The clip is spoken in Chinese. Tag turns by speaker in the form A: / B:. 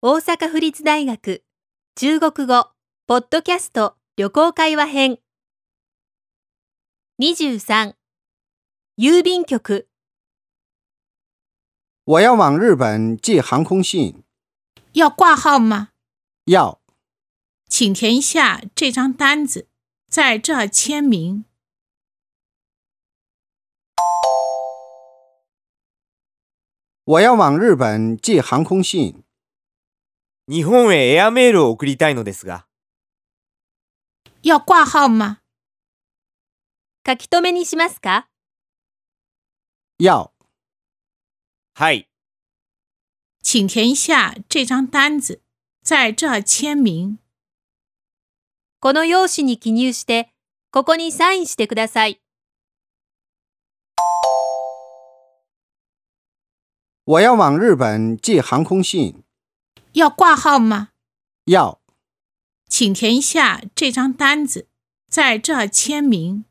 A: 大阪府立大学中国語ポッドキャスト旅行会話編23郵便局
B: 我要往日本寄航空信，
C: 要挂号吗？
B: 要
C: 请填一下这张单子，在这儿签名。
B: 我要往日本寄航空信。
D: 日本へエアメールを送りたいのですが、
C: 要挂号吗？
A: 書き留めにしますか
B: 要
D: はい、
C: 请填一下这张单子，在这儿签名。
A: この用紙に記入してここにサインしてください
B: 我要往日本寄航空信。
C: 要挂号吗？
B: 要
C: 请填一下这张单子，在这儿签名。